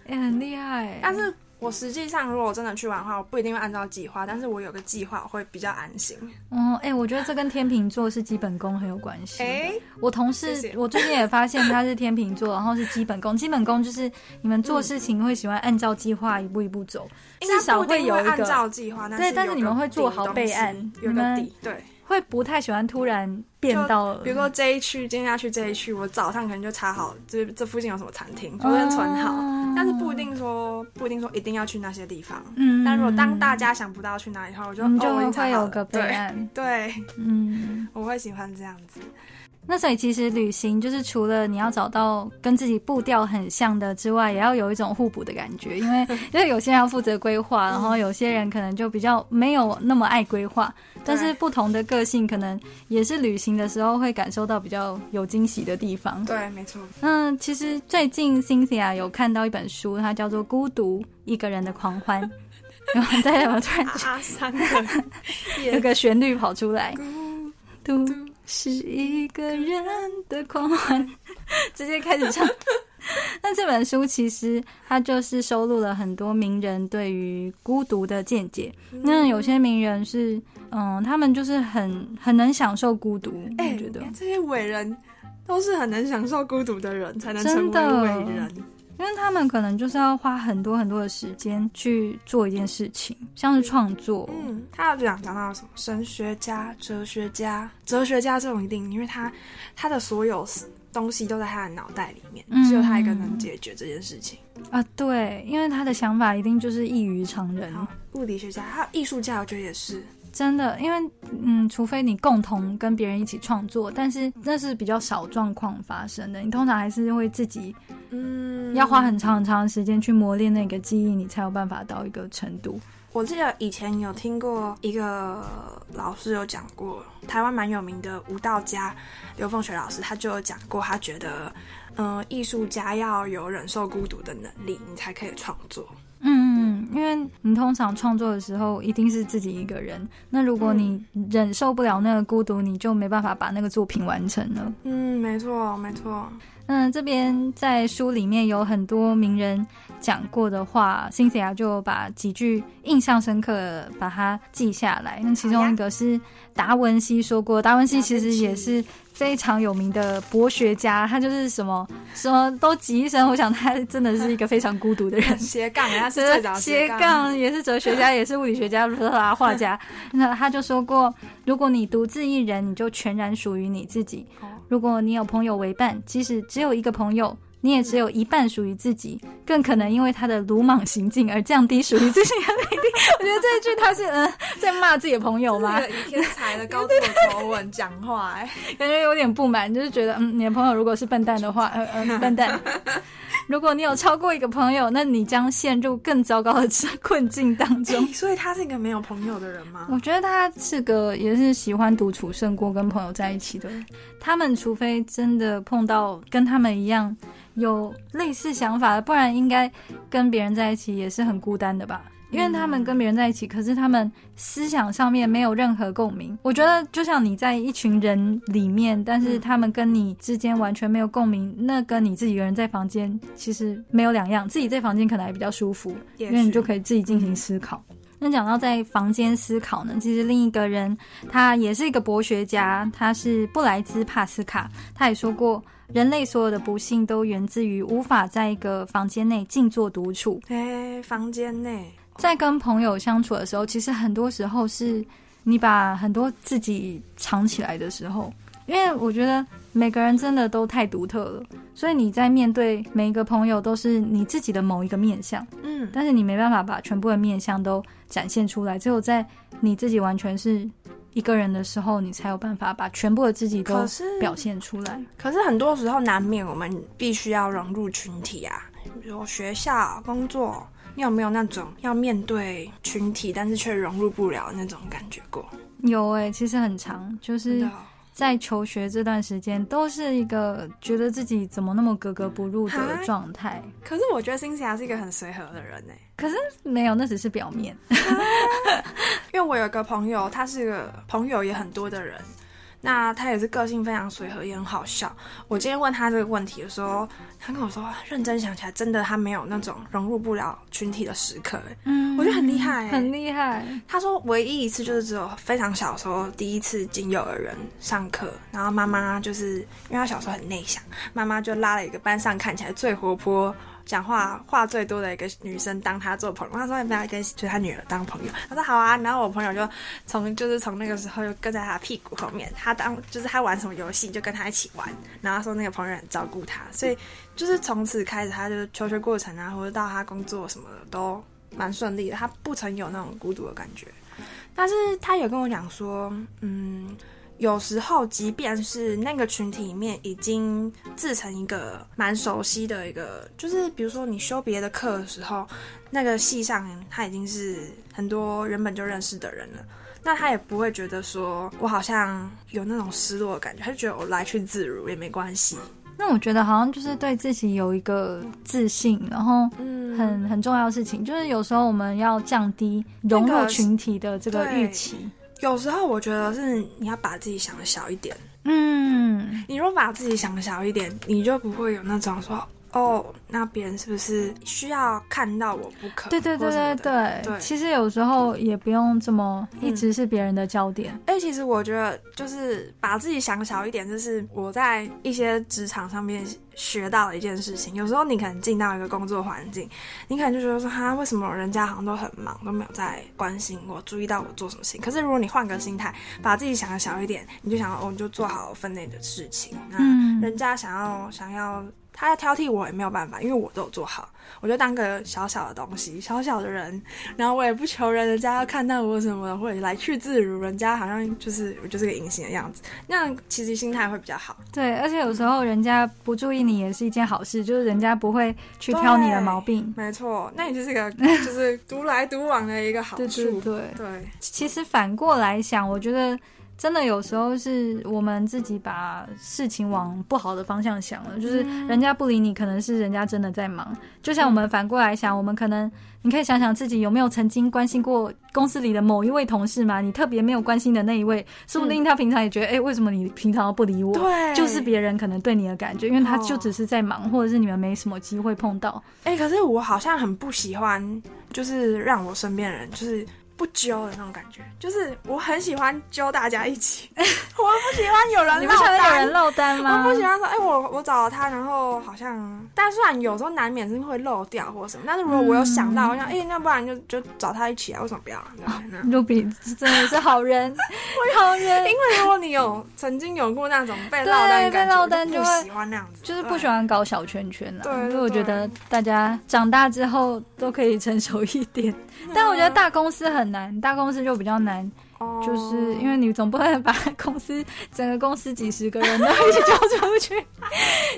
Speaker 2: 也、哎很厉害。
Speaker 1: 但是我实际上如果我真的去玩的话，我不一定会按照计划，但是我有个计划我会比较安心。
Speaker 2: 哦，哎、我觉得这跟天秤座是基本功很有关系。
Speaker 1: 哎、
Speaker 2: 我同事，
Speaker 1: 谢谢
Speaker 2: 我最近也发现他是天秤座，然后是基本功。基本功就是你们
Speaker 1: 嗯
Speaker 2: 做事情会喜欢按照计划一步一步走，
Speaker 1: 应该
Speaker 2: 至少
Speaker 1: 不一定会
Speaker 2: 有一
Speaker 1: 按
Speaker 2: 个
Speaker 1: 照计划，
Speaker 2: 对
Speaker 1: 但
Speaker 2: 但
Speaker 1: 是
Speaker 2: 是
Speaker 1: 有
Speaker 2: 你们
Speaker 1: 个
Speaker 2: 会做
Speaker 1: 底
Speaker 2: 好
Speaker 1: 东
Speaker 2: 备
Speaker 1: 西
Speaker 2: 案
Speaker 1: 有
Speaker 2: 你
Speaker 1: 个
Speaker 2: 们
Speaker 1: 底对。
Speaker 2: 会不太喜欢突然变
Speaker 1: 就
Speaker 2: 到，
Speaker 1: 比如说这一区今天要去这一区，我早上可能就查好这这附近有什么餐厅，就先存好。
Speaker 2: 哦
Speaker 1: 但是不一定说不一定说一定要去那些地方。
Speaker 2: 嗯
Speaker 1: 但如果当大家想不到去哪里的话，我就
Speaker 2: 你
Speaker 1: 哦
Speaker 2: 嗯就
Speaker 1: 我已经查
Speaker 2: 会
Speaker 1: 好
Speaker 2: 有
Speaker 1: 了
Speaker 2: 个备案，
Speaker 1: 对。对，
Speaker 2: 嗯。
Speaker 1: 我会喜欢这样子。
Speaker 2: 那所以其实旅行就是除了你要找到跟自己步调很像的之外，也要有一种互补的感觉，因为因为有些人要负责规
Speaker 1: 嗯
Speaker 2: 划，然后有些人可能就比较没有那么爱规划，但是不同的个性可能也是旅行的时候会感受到比较有惊喜的地方。
Speaker 1: 对，没错。
Speaker 2: 嗯，其实最近 Cynthia 有看到一本书，它叫做《孤独一个人的狂 欢》，然后对我突然
Speaker 1: 啊啊，三 个
Speaker 2: 有个旋律跑出来，
Speaker 1: 孤
Speaker 2: 独
Speaker 1: 独
Speaker 2: 是一个人的狂欢， 直接开始唱。 那这本书其实它就是收录了很多名人对于孤独的见解。那有些名人是，嗯，他们就是很很能享受孤独，
Speaker 1: 哎、
Speaker 2: 我觉得
Speaker 1: 这些伟人都是很能享受孤独的人，才能成
Speaker 2: 真
Speaker 1: 为
Speaker 2: 的
Speaker 1: 伟人。
Speaker 2: 因为他们可能就是要花很多很多的时间去做一件事情，像是创作，
Speaker 1: 嗯，他有讲讲到什么神学家、哲学家、哲学家这种一定，因为他他的所有东西都在他的脑袋里面，
Speaker 2: 嗯
Speaker 1: 只有他一个能解决这件事情。
Speaker 2: 啊，对，因为他的想法一定就是异于常人，
Speaker 1: 好，物理学家还有艺术家，我觉得也是。
Speaker 2: 真的，因为嗯，除非你共同跟别人一起创作，但是那是比较少状况发生的，你通常还是会自己
Speaker 1: 嗯，
Speaker 2: 要花很长很长的时间去磨练那个记忆，你才有办法到一个程度。
Speaker 1: 我记得以前有听过一个老师有讲过，台湾蛮有名的舞蹈家刘凤雪老师，他就有讲过，他觉得，嗯、艺术家要有忍受孤独的能力，你才可以创作。
Speaker 2: 嗯，因为你通常创作的时候一定是自己一个人，那如果你忍受不了那个孤独，你就没办法把那个作品完成了。
Speaker 1: 嗯，没错，没错。。
Speaker 2: 那这边在书里面有很多名人讲过的话，Cynthia 就把几句印象深刻的把它记下来。那其中一个是达文西说过，达文西其实也是非常有名的博学家，他就是什么什么都集一身。我想他真的是一个非常孤独的 人
Speaker 1: 斜杠，人家是最早
Speaker 2: 这
Speaker 1: 的
Speaker 2: 斜
Speaker 1: 杠。
Speaker 2: 杠也是哲学家，也是物理学家，啦画家。那他就说过，如果你独自一人，你就全然属于你自己；
Speaker 1: 哦
Speaker 2: 如果你有朋友为伴，即使只有一个朋友，你也只有一半属于自己，更可能因为他的鲁莽行径而降低属于自己的 比例。我觉得这一句他是嗯、呃在骂自己的朋友吗？
Speaker 1: 这是一个以天才的高度的口吻讲话、 哎，
Speaker 2: 感觉有点不满，就是觉得，嗯，你的朋友如果是笨蛋的话，呃呃，笨蛋。如果你有超过一个朋友，那你将陷入更糟糕的困境当中。
Speaker 1: 所以他是一个没有朋友的人吗？
Speaker 2: 我觉得他是个也是喜欢独处胜过跟朋友在一起的。他们除非真的碰到跟他们一样有类似想法的，不然应该跟别人在一起也是很孤单的吧。因为他们跟别人在一起，可是他们思想上面没有任何共鸣。我觉得就像你在一群人里面，但是他们跟你之间完全没有共鸣，那跟你自己一个人在房间其实没有两样。自己在房间可能还比较舒服，
Speaker 1: 也
Speaker 2: 因为你
Speaker 1: 许
Speaker 2: 就可以自己进行思考。那讲到在房间思考呢，其实另一个人他也是一个博学家，他是布莱兹帕斯卡，他也说过，人类所有的不幸都源自于无法在一个房间内静坐独处。
Speaker 1: 哎、房间内，
Speaker 2: 在跟朋友相处的时候，其实很多时候是你把很多自己藏起来的时候，因为我觉得每个人真的都太独特了，所以你在面对每一个朋友都是你自己的某一个面相。
Speaker 1: 嗯，
Speaker 2: 但是你没办法把全部的面相都展现出来，只有在你自己完全是一个人的时候，你才有办法把全部的自己都
Speaker 1: 可是
Speaker 2: 表现出来。
Speaker 1: 可是很多时候难免我们必须要融入群体啊，比如学校、工作，你有没有那种要面对群体，但是却融入不了的那种感觉过？
Speaker 2: 有诶、其实很长，就
Speaker 1: 真
Speaker 2: 是
Speaker 1: 的哦，
Speaker 2: 在求学这段时间，都是一个觉得自己怎么那么格格不入的
Speaker 1: 哈
Speaker 2: 状态。
Speaker 1: 可是我觉得辛西亚是一个很随和的人呢、欸
Speaker 2: 没有，那只是表面。
Speaker 1: 因为我有一个朋友，他是个朋友也很多的人，那他也是个性非常随和，也很好笑。我今天问他这个问题的时候，他跟我说，认真想起来，真的他没有那种融入不了群体的时刻、欸。
Speaker 2: 嗯
Speaker 1: 我觉得很厉害欸
Speaker 2: 很厉害。
Speaker 1: 他说唯一一次就是只有非常小的时候，第一次进幼儿园上课，然后妈妈就是因为他小时候很内向，妈妈就拉了一个班上看起来最活泼。讲话话最多的一个女生当她做朋友，她说要不要跟就是她女儿当朋友？她说好啊，然后我朋友就从就是从那个时候就跟在她屁股后面，她当就是她玩什么游戏就跟她一起玩，然后她说那个朋友很照顾她，所以就是从此开始，她就是求学过程啊，或者到她工作什么的都蛮顺利的，他不曾有那种孤独的感觉。但是他有跟我讲说，嗯，有时候即便是那个群体里面已经自成一个蛮熟悉的一个，就是比如说你修别的课的时候，那个系上他已经是很多原本就认识的人了。那他也不会觉得说我好像有那种失落的感觉，他就觉得我来去自如也没关系。
Speaker 2: 那我觉得好像就是对自己有一个自信，然后
Speaker 1: 嗯
Speaker 2: 很很重要的事情，就是有时候我们要降低融入群体的这个预期。
Speaker 1: 有时候我觉得是你要把自己想的小一点。
Speaker 2: 嗯，
Speaker 1: 你若把自己想小一点，你就不会有那种说哦，那别人是不是需要看到我不可？
Speaker 2: 对对对
Speaker 1: 呃或什
Speaker 2: 对
Speaker 1: 么的
Speaker 2: 对，
Speaker 1: 对
Speaker 2: 其实有时候也不用这么
Speaker 1: 嗯
Speaker 2: 一直是别人的焦点。
Speaker 1: 哎、其实我觉得就是把自己想小一点，这是我在一些职场上面学到的一件事情。有时候你可能进到一个工作环境，你可能就觉得说，哈，为什么人家好像都很忙，都没有在关心我、注意到我做什么事情？可是如果你换个心态，把自己想的小一点，你就想，哦，你就做好分内的事情。那
Speaker 2: 嗯，
Speaker 1: 人家想要想要。他要挑剔我也没有办法，因为我都有做好，我就当个小小的东
Speaker 2: 嗯
Speaker 1: 西，小小的人，然后我也不求人，人家要看到我什么，或者来去自如，人家好像就是我就是个隐形的样子，那样其实心态会比较好。
Speaker 2: 对，而且有时候人家不注意你也是一件好事，就是人家不会去挑你的毛病。
Speaker 1: 没错，那你 就是个就是独来独往的一个好
Speaker 2: 对对
Speaker 1: 处。
Speaker 2: 对，
Speaker 1: 对，
Speaker 2: 其实反过来想，我觉得真的有时候是我们自己把事情往不好的方向想了，就是人家不理你，可能是人家真的在忙。就像我们反过来想，我们可能你可以想想自己有没有曾经关心过公司里的某一位同事嘛？你特别没有关心的那一位，说不定他平常也觉得，哎、为什么你平常都不理我？
Speaker 1: 对，
Speaker 2: 就是别人可能对你的感觉，因为他
Speaker 1: 哦
Speaker 2: 就只是在忙，或者是你们没什么机会碰到。
Speaker 1: 哎、可是我好像很不喜欢，就是让我身边人就是不揪的那种感觉，就是我很喜欢揪大家一 起，我不喜欢有人
Speaker 2: 啊你不
Speaker 1: 落
Speaker 2: 想有
Speaker 1: 单
Speaker 2: 人落单吗？
Speaker 1: 我不喜欢说，哎、我我找了他，然后好像，但虽然有时候难免是会漏掉或什么，但是如果我有想到，我
Speaker 2: 嗯
Speaker 1: 想，哎、那不然就就找他一起啊，为什么不要、啊？那 样
Speaker 2: 卢比真的是好 人，好人
Speaker 1: 因，为如果你有曾经有过那种被落单的
Speaker 2: 对
Speaker 1: 感
Speaker 2: 被
Speaker 1: 觉，
Speaker 2: 落
Speaker 1: 我
Speaker 2: 单
Speaker 1: 就
Speaker 2: 就
Speaker 1: 不
Speaker 2: 会
Speaker 1: 喜欢那样子，
Speaker 2: 就是不喜
Speaker 1: 欢。
Speaker 2: 欢搞小圈圈啊。
Speaker 1: 嗯对对
Speaker 2: 所以我觉得
Speaker 1: 对
Speaker 2: 大家长大之后都可以成熟一点，
Speaker 1: 啊
Speaker 2: 但我觉得大公司很难，大公司就比较难，
Speaker 1: 哦
Speaker 2: 就是因为你总不能把 公司整个公司几十个人都一起交出去，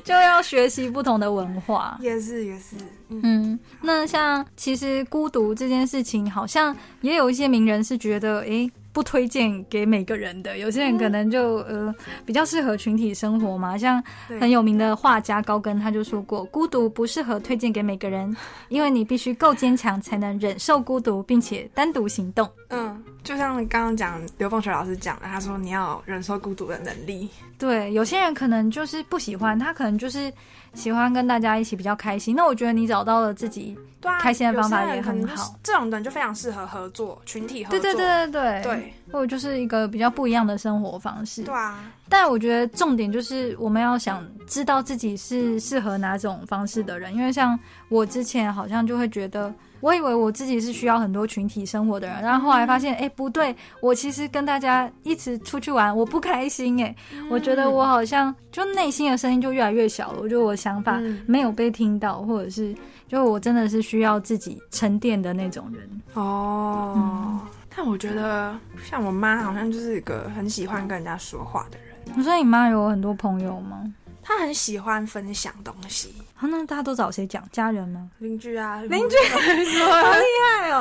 Speaker 2: 就要学习不同的文化。
Speaker 1: 也是也是，嗯，
Speaker 2: 嗯，那像其实孤独这件事情，好像也有一些名人是觉得，诶，不推荐给每个人的。有些
Speaker 1: 嗯
Speaker 2: 人可能就、呃比较适合群体生活嘛，像
Speaker 1: 对
Speaker 2: 很有名的画家高更他就说过，孤独不适合推荐给每个 人，因为你必须够坚强才能忍受孤独，并且单独行动。
Speaker 1: 嗯，就像刚刚讲刘凤雪老师讲的，他说你要忍受孤独的能力，
Speaker 2: 对，有些人可能就是不喜欢，他可能就是喜欢跟大家一起比较开心。那我觉得你找到了自己，
Speaker 1: 对啊，
Speaker 2: 开心的
Speaker 1: 有些
Speaker 2: 方法
Speaker 1: 人
Speaker 2: 也
Speaker 1: 可能
Speaker 2: 很
Speaker 1: 就是
Speaker 2: 好
Speaker 1: 这种人就非常适合合作，群体合
Speaker 2: 对
Speaker 1: 作，
Speaker 2: 对对对
Speaker 1: 对
Speaker 2: 或者就是一个比较不一样的生活方式。
Speaker 1: 对啊，
Speaker 2: 但我觉得重点就是我们要想知道自己是适合哪种方式的人，因为像我之前好像就会觉得，我以为我自己是需要很多群体生活的人，然后后来发现，哎、不对，我其实跟大家一起出去玩，我不开心、哎、我觉得我好像就内心的声音就越来越小了，我觉得我的想法
Speaker 1: 嗯
Speaker 2: 没有被听到，或者是就我真的是需要自己沉淀的那种人。
Speaker 1: 哦，
Speaker 2: 嗯
Speaker 1: 但我觉得像我妈好像就是一个很喜欢跟人家说话的人，
Speaker 2: 你说你妈有很多朋友吗？
Speaker 1: 她很喜欢分享东西，
Speaker 2: 啊，那大家都找谁讲？家人吗？
Speaker 1: 邻居啊，
Speaker 2: 邻
Speaker 1: 居什么，
Speaker 2: 哎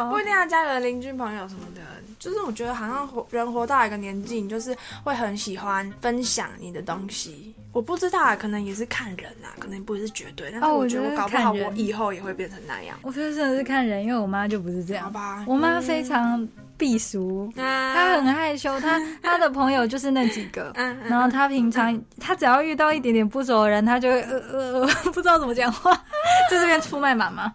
Speaker 1: 不
Speaker 2: 呦，
Speaker 1: 一定要家人、邻居、朋友什么的。就是我觉得好像活人活到一个年纪，你就是会很喜欢分享你的东西。我不知道啊，可能也是看人啊，可能不是绝对。但是
Speaker 2: 哦
Speaker 1: 我
Speaker 2: 我
Speaker 1: 觉
Speaker 2: 觉
Speaker 1: 得
Speaker 2: 得
Speaker 1: 我搞不
Speaker 2: 看
Speaker 1: 好
Speaker 2: 人
Speaker 1: 我以后也会变成那样，
Speaker 2: 我觉得真的是看人，因为我妈就不是这
Speaker 1: 好
Speaker 2: 样。
Speaker 1: 吧？嗯
Speaker 2: 我妈非常避俗，她
Speaker 1: 她
Speaker 2: 很害羞，她她的朋友就是那几个。
Speaker 1: 嗯嗯
Speaker 2: 然后她平常，她只要遇到一点点不熟的人，她就会呃呃 呃，不知道怎么讲话，在这边出卖妈 妈。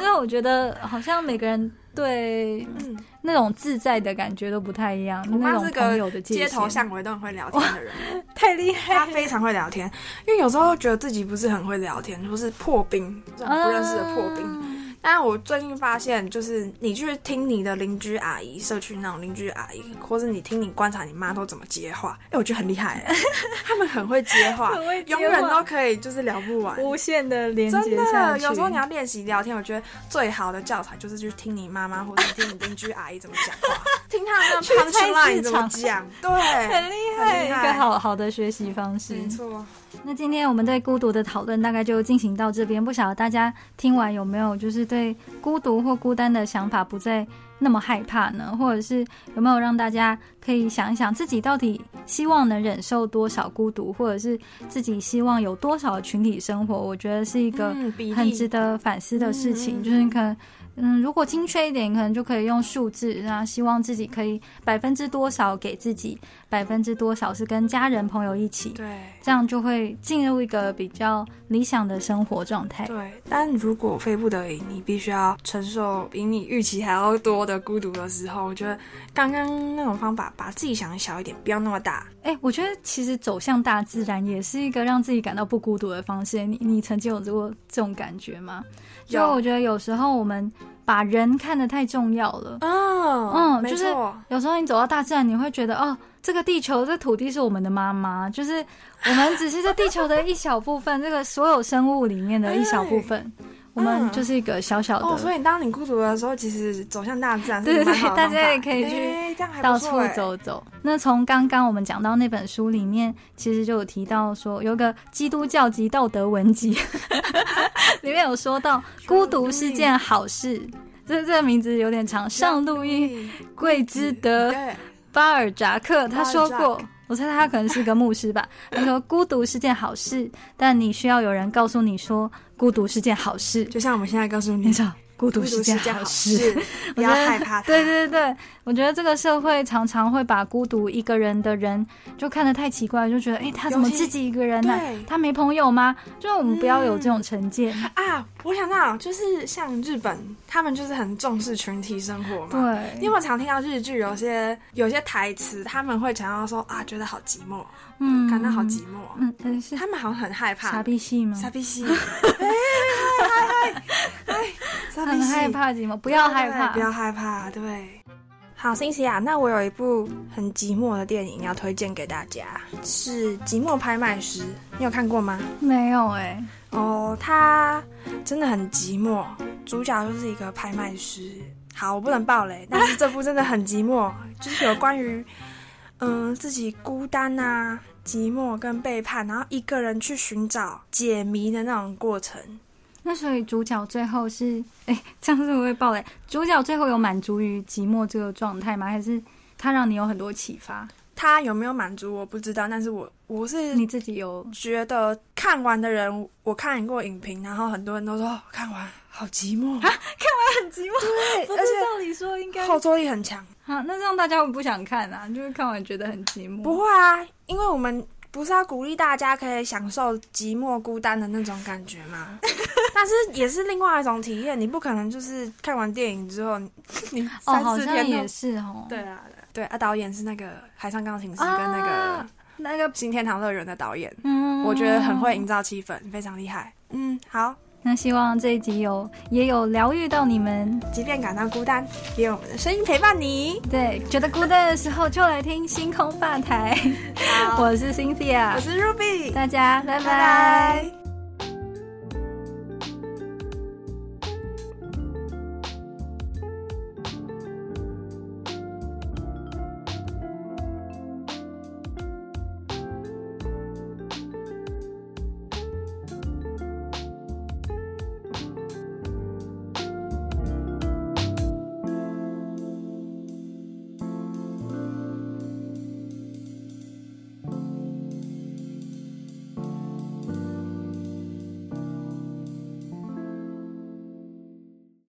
Speaker 2: 因为我觉得好像每个人对
Speaker 1: 嗯
Speaker 2: 那种自在的感觉都不太一样，
Speaker 1: 我妈
Speaker 2: 那种
Speaker 1: 是个
Speaker 2: 朋友的界限
Speaker 1: 街头巷尾都很会聊天的人。
Speaker 2: 太厉害
Speaker 1: 他非常会聊天，因为有时候觉得自己不是很会聊天，或是破冰这种不认识的破冰。
Speaker 2: 啊
Speaker 1: 但是我最近发现，就是你去听你的邻居阿姨、社区那种邻居阿姨，或是你听你观察你妈都怎么接话，哎、我觉得很厉害、 欸，他们很会接话，
Speaker 2: 很会接
Speaker 1: 永
Speaker 2: 话
Speaker 1: 远都可以就是聊不完。
Speaker 2: 无限的连
Speaker 1: 真
Speaker 2: 接下
Speaker 1: 的，
Speaker 2: 去。
Speaker 1: 有时候你要练习聊天，我觉得最好的教材就是去听你妈妈或者听你邻居阿姨怎么讲 话，听他们
Speaker 2: 去菜市
Speaker 1: punchline 怎么
Speaker 2: 场
Speaker 1: 讲，对，
Speaker 2: 很厉
Speaker 1: 很
Speaker 2: 害，
Speaker 1: 厉
Speaker 2: 一
Speaker 1: 害嗯
Speaker 2: 个好好的学习方式。
Speaker 1: 没错。
Speaker 2: 那今天我们对孤独的讨论大概就进行到这边，不晓得大家听完有没有就是对孤独或孤单的想法不再那么害怕呢？或者是有没有让大家可以想一想自己到底希望能忍受多少孤独，或者是自己希望有多少群体生活？我觉得是一个
Speaker 1: 嗯，比
Speaker 2: 很
Speaker 1: 例
Speaker 2: 值得反思的事
Speaker 1: 嗯嗯
Speaker 2: 情。
Speaker 1: 嗯
Speaker 2: 就是你可能，嗯，如果精确一点，可能就可以用数字，那希望自己可以百分之多少给自己，百分之多少是跟家人朋友一起。
Speaker 1: 对。
Speaker 2: 这样就会进入一个比较理想的生活状态。
Speaker 1: 对，但如果非不得已，你必须要承受比你预期还要多的孤独的时候，我觉得刚刚那种方法，把自己想小一点，不要那么大。
Speaker 2: 哎、我觉得其实走向大自然也是一个让自己感到不孤独的方式。你你曾经有过这种感觉吗？就
Speaker 1: 有
Speaker 2: 我觉得有时候我们把人看得太重要了。
Speaker 1: 嗯
Speaker 2: 嗯
Speaker 1: 没
Speaker 2: 就是
Speaker 1: 错，
Speaker 2: 有时候你走到大自然，你会觉得哦，这个地球这土地是我们的妈妈，就是我们只是这地球的一小 部分，这个所有生物里面的一小部分，我们就是一个小小的。
Speaker 1: 哎嗯哦，所以当你孤独的时候，其实走向大自然是
Speaker 2: 对对
Speaker 1: 一个蛮好的方法
Speaker 2: 对大家也可以去
Speaker 1: 哎这样还不
Speaker 2: 到
Speaker 1: 错
Speaker 2: 处
Speaker 1: 哎
Speaker 2: 走走。那从刚刚我们讲到那本书里面，其实就有提到说，有个基督教及道德文集， 里面有说 到孤独是件好事。这这个名字有点长，上路易贵兹德
Speaker 1: 对，
Speaker 2: 巴尔扎克他说
Speaker 1: 巴尔
Speaker 2: 过
Speaker 1: 扎克，
Speaker 2: 我猜他可能是个牧师吧。他说：“孤独是件好事，但你需要有人告诉你说，孤独是件好事。
Speaker 1: 就像我们现在告诉”
Speaker 2: 没
Speaker 1: 你，
Speaker 2: 错，孤
Speaker 1: 孤
Speaker 2: 独是件
Speaker 1: 件
Speaker 2: 好
Speaker 1: 好
Speaker 2: 事。
Speaker 1: 事，不要
Speaker 2: 我觉得
Speaker 1: 害怕它。
Speaker 2: 对对对，我觉得这个社会常常会把孤独一个人的人就看得太奇怪，就觉得哎，诶他怎么
Speaker 1: 尤其
Speaker 2: 自己一个人呢、
Speaker 1: 对嗯
Speaker 2: 他没朋友吗？就我们不要有这种成见。
Speaker 1: 啊，我想到就是像日本，他们就是很重视群体生活嘛。因
Speaker 2: 对，
Speaker 1: 为我常听到日剧有些有些台词，他们会强调说啊，觉得好寂寞，
Speaker 2: 嗯
Speaker 1: 感到好寂寞。
Speaker 2: 嗯，嗯是
Speaker 1: 他们好像很害怕
Speaker 2: 傻，逼戏吗？
Speaker 1: 傻逼西，哎嗨嗨嗨，傻逼
Speaker 2: 很
Speaker 1: 西，
Speaker 2: 害怕寂寞，不要害怕，
Speaker 1: 对不要害怕，对。好，C C 啊，那我有一部很寂寞的电影要推荐给大家，是《寂寞拍卖师》，你有看过吗？
Speaker 2: 没有哎、诶
Speaker 1: 哦，他真的很寂寞，主角就是一个拍卖师。好，我不能爆雷，但是这部真的很寂寞， 就是有关于嗯、自己孤单啊、寂寞跟背叛，然后一个人去寻找解谜的那种过程。
Speaker 2: 那所以主角最后是哎、这样是不是会爆雷？主角最后有满足于寂寞这个状态吗？还是他让你有很多启发？
Speaker 1: 他有没有满足我不知道，但是我我是
Speaker 2: 你自己有
Speaker 1: 觉得看完的人，我看过影评，然后很多人都说哦看完好寂寞，
Speaker 2: 啊很寂寞？
Speaker 1: 对，
Speaker 2: 不是
Speaker 1: 而且
Speaker 2: 照理说应该
Speaker 1: 后坐力很强。
Speaker 2: 啊，那这样大家会不想看啊，就是看完觉得很寂寞。
Speaker 1: 不会啊，因为我们不是要鼓励大家可以享受寂寞孤单的那种感觉 吗？但是也是另外一种体验，你不可能就是看完电影之后，你你
Speaker 2: 哦，
Speaker 1: 三
Speaker 2: 好
Speaker 1: 四
Speaker 2: 像
Speaker 1: 天
Speaker 2: 也
Speaker 1: 都
Speaker 2: 是哦。
Speaker 1: 对啊，对啊，导演是那个海上钢琴师
Speaker 2: 啊
Speaker 1: 跟那个
Speaker 2: 那个，
Speaker 1: 新天堂乐园的导演，
Speaker 2: 嗯，
Speaker 1: 我觉得很会。营造气氛，非常厉害。嗯，好，
Speaker 2: 那希望这一集有也有疗愈到你们，
Speaker 1: 即便感到孤单，也有我们的声音陪伴你。
Speaker 2: 对，觉得孤单的时候就来听星空吧台。
Speaker 1: 好，
Speaker 2: 我是 Cynthia，
Speaker 1: 我是 Ruby，
Speaker 2: 大家拜
Speaker 1: 拜
Speaker 2: 拜
Speaker 1: 拜。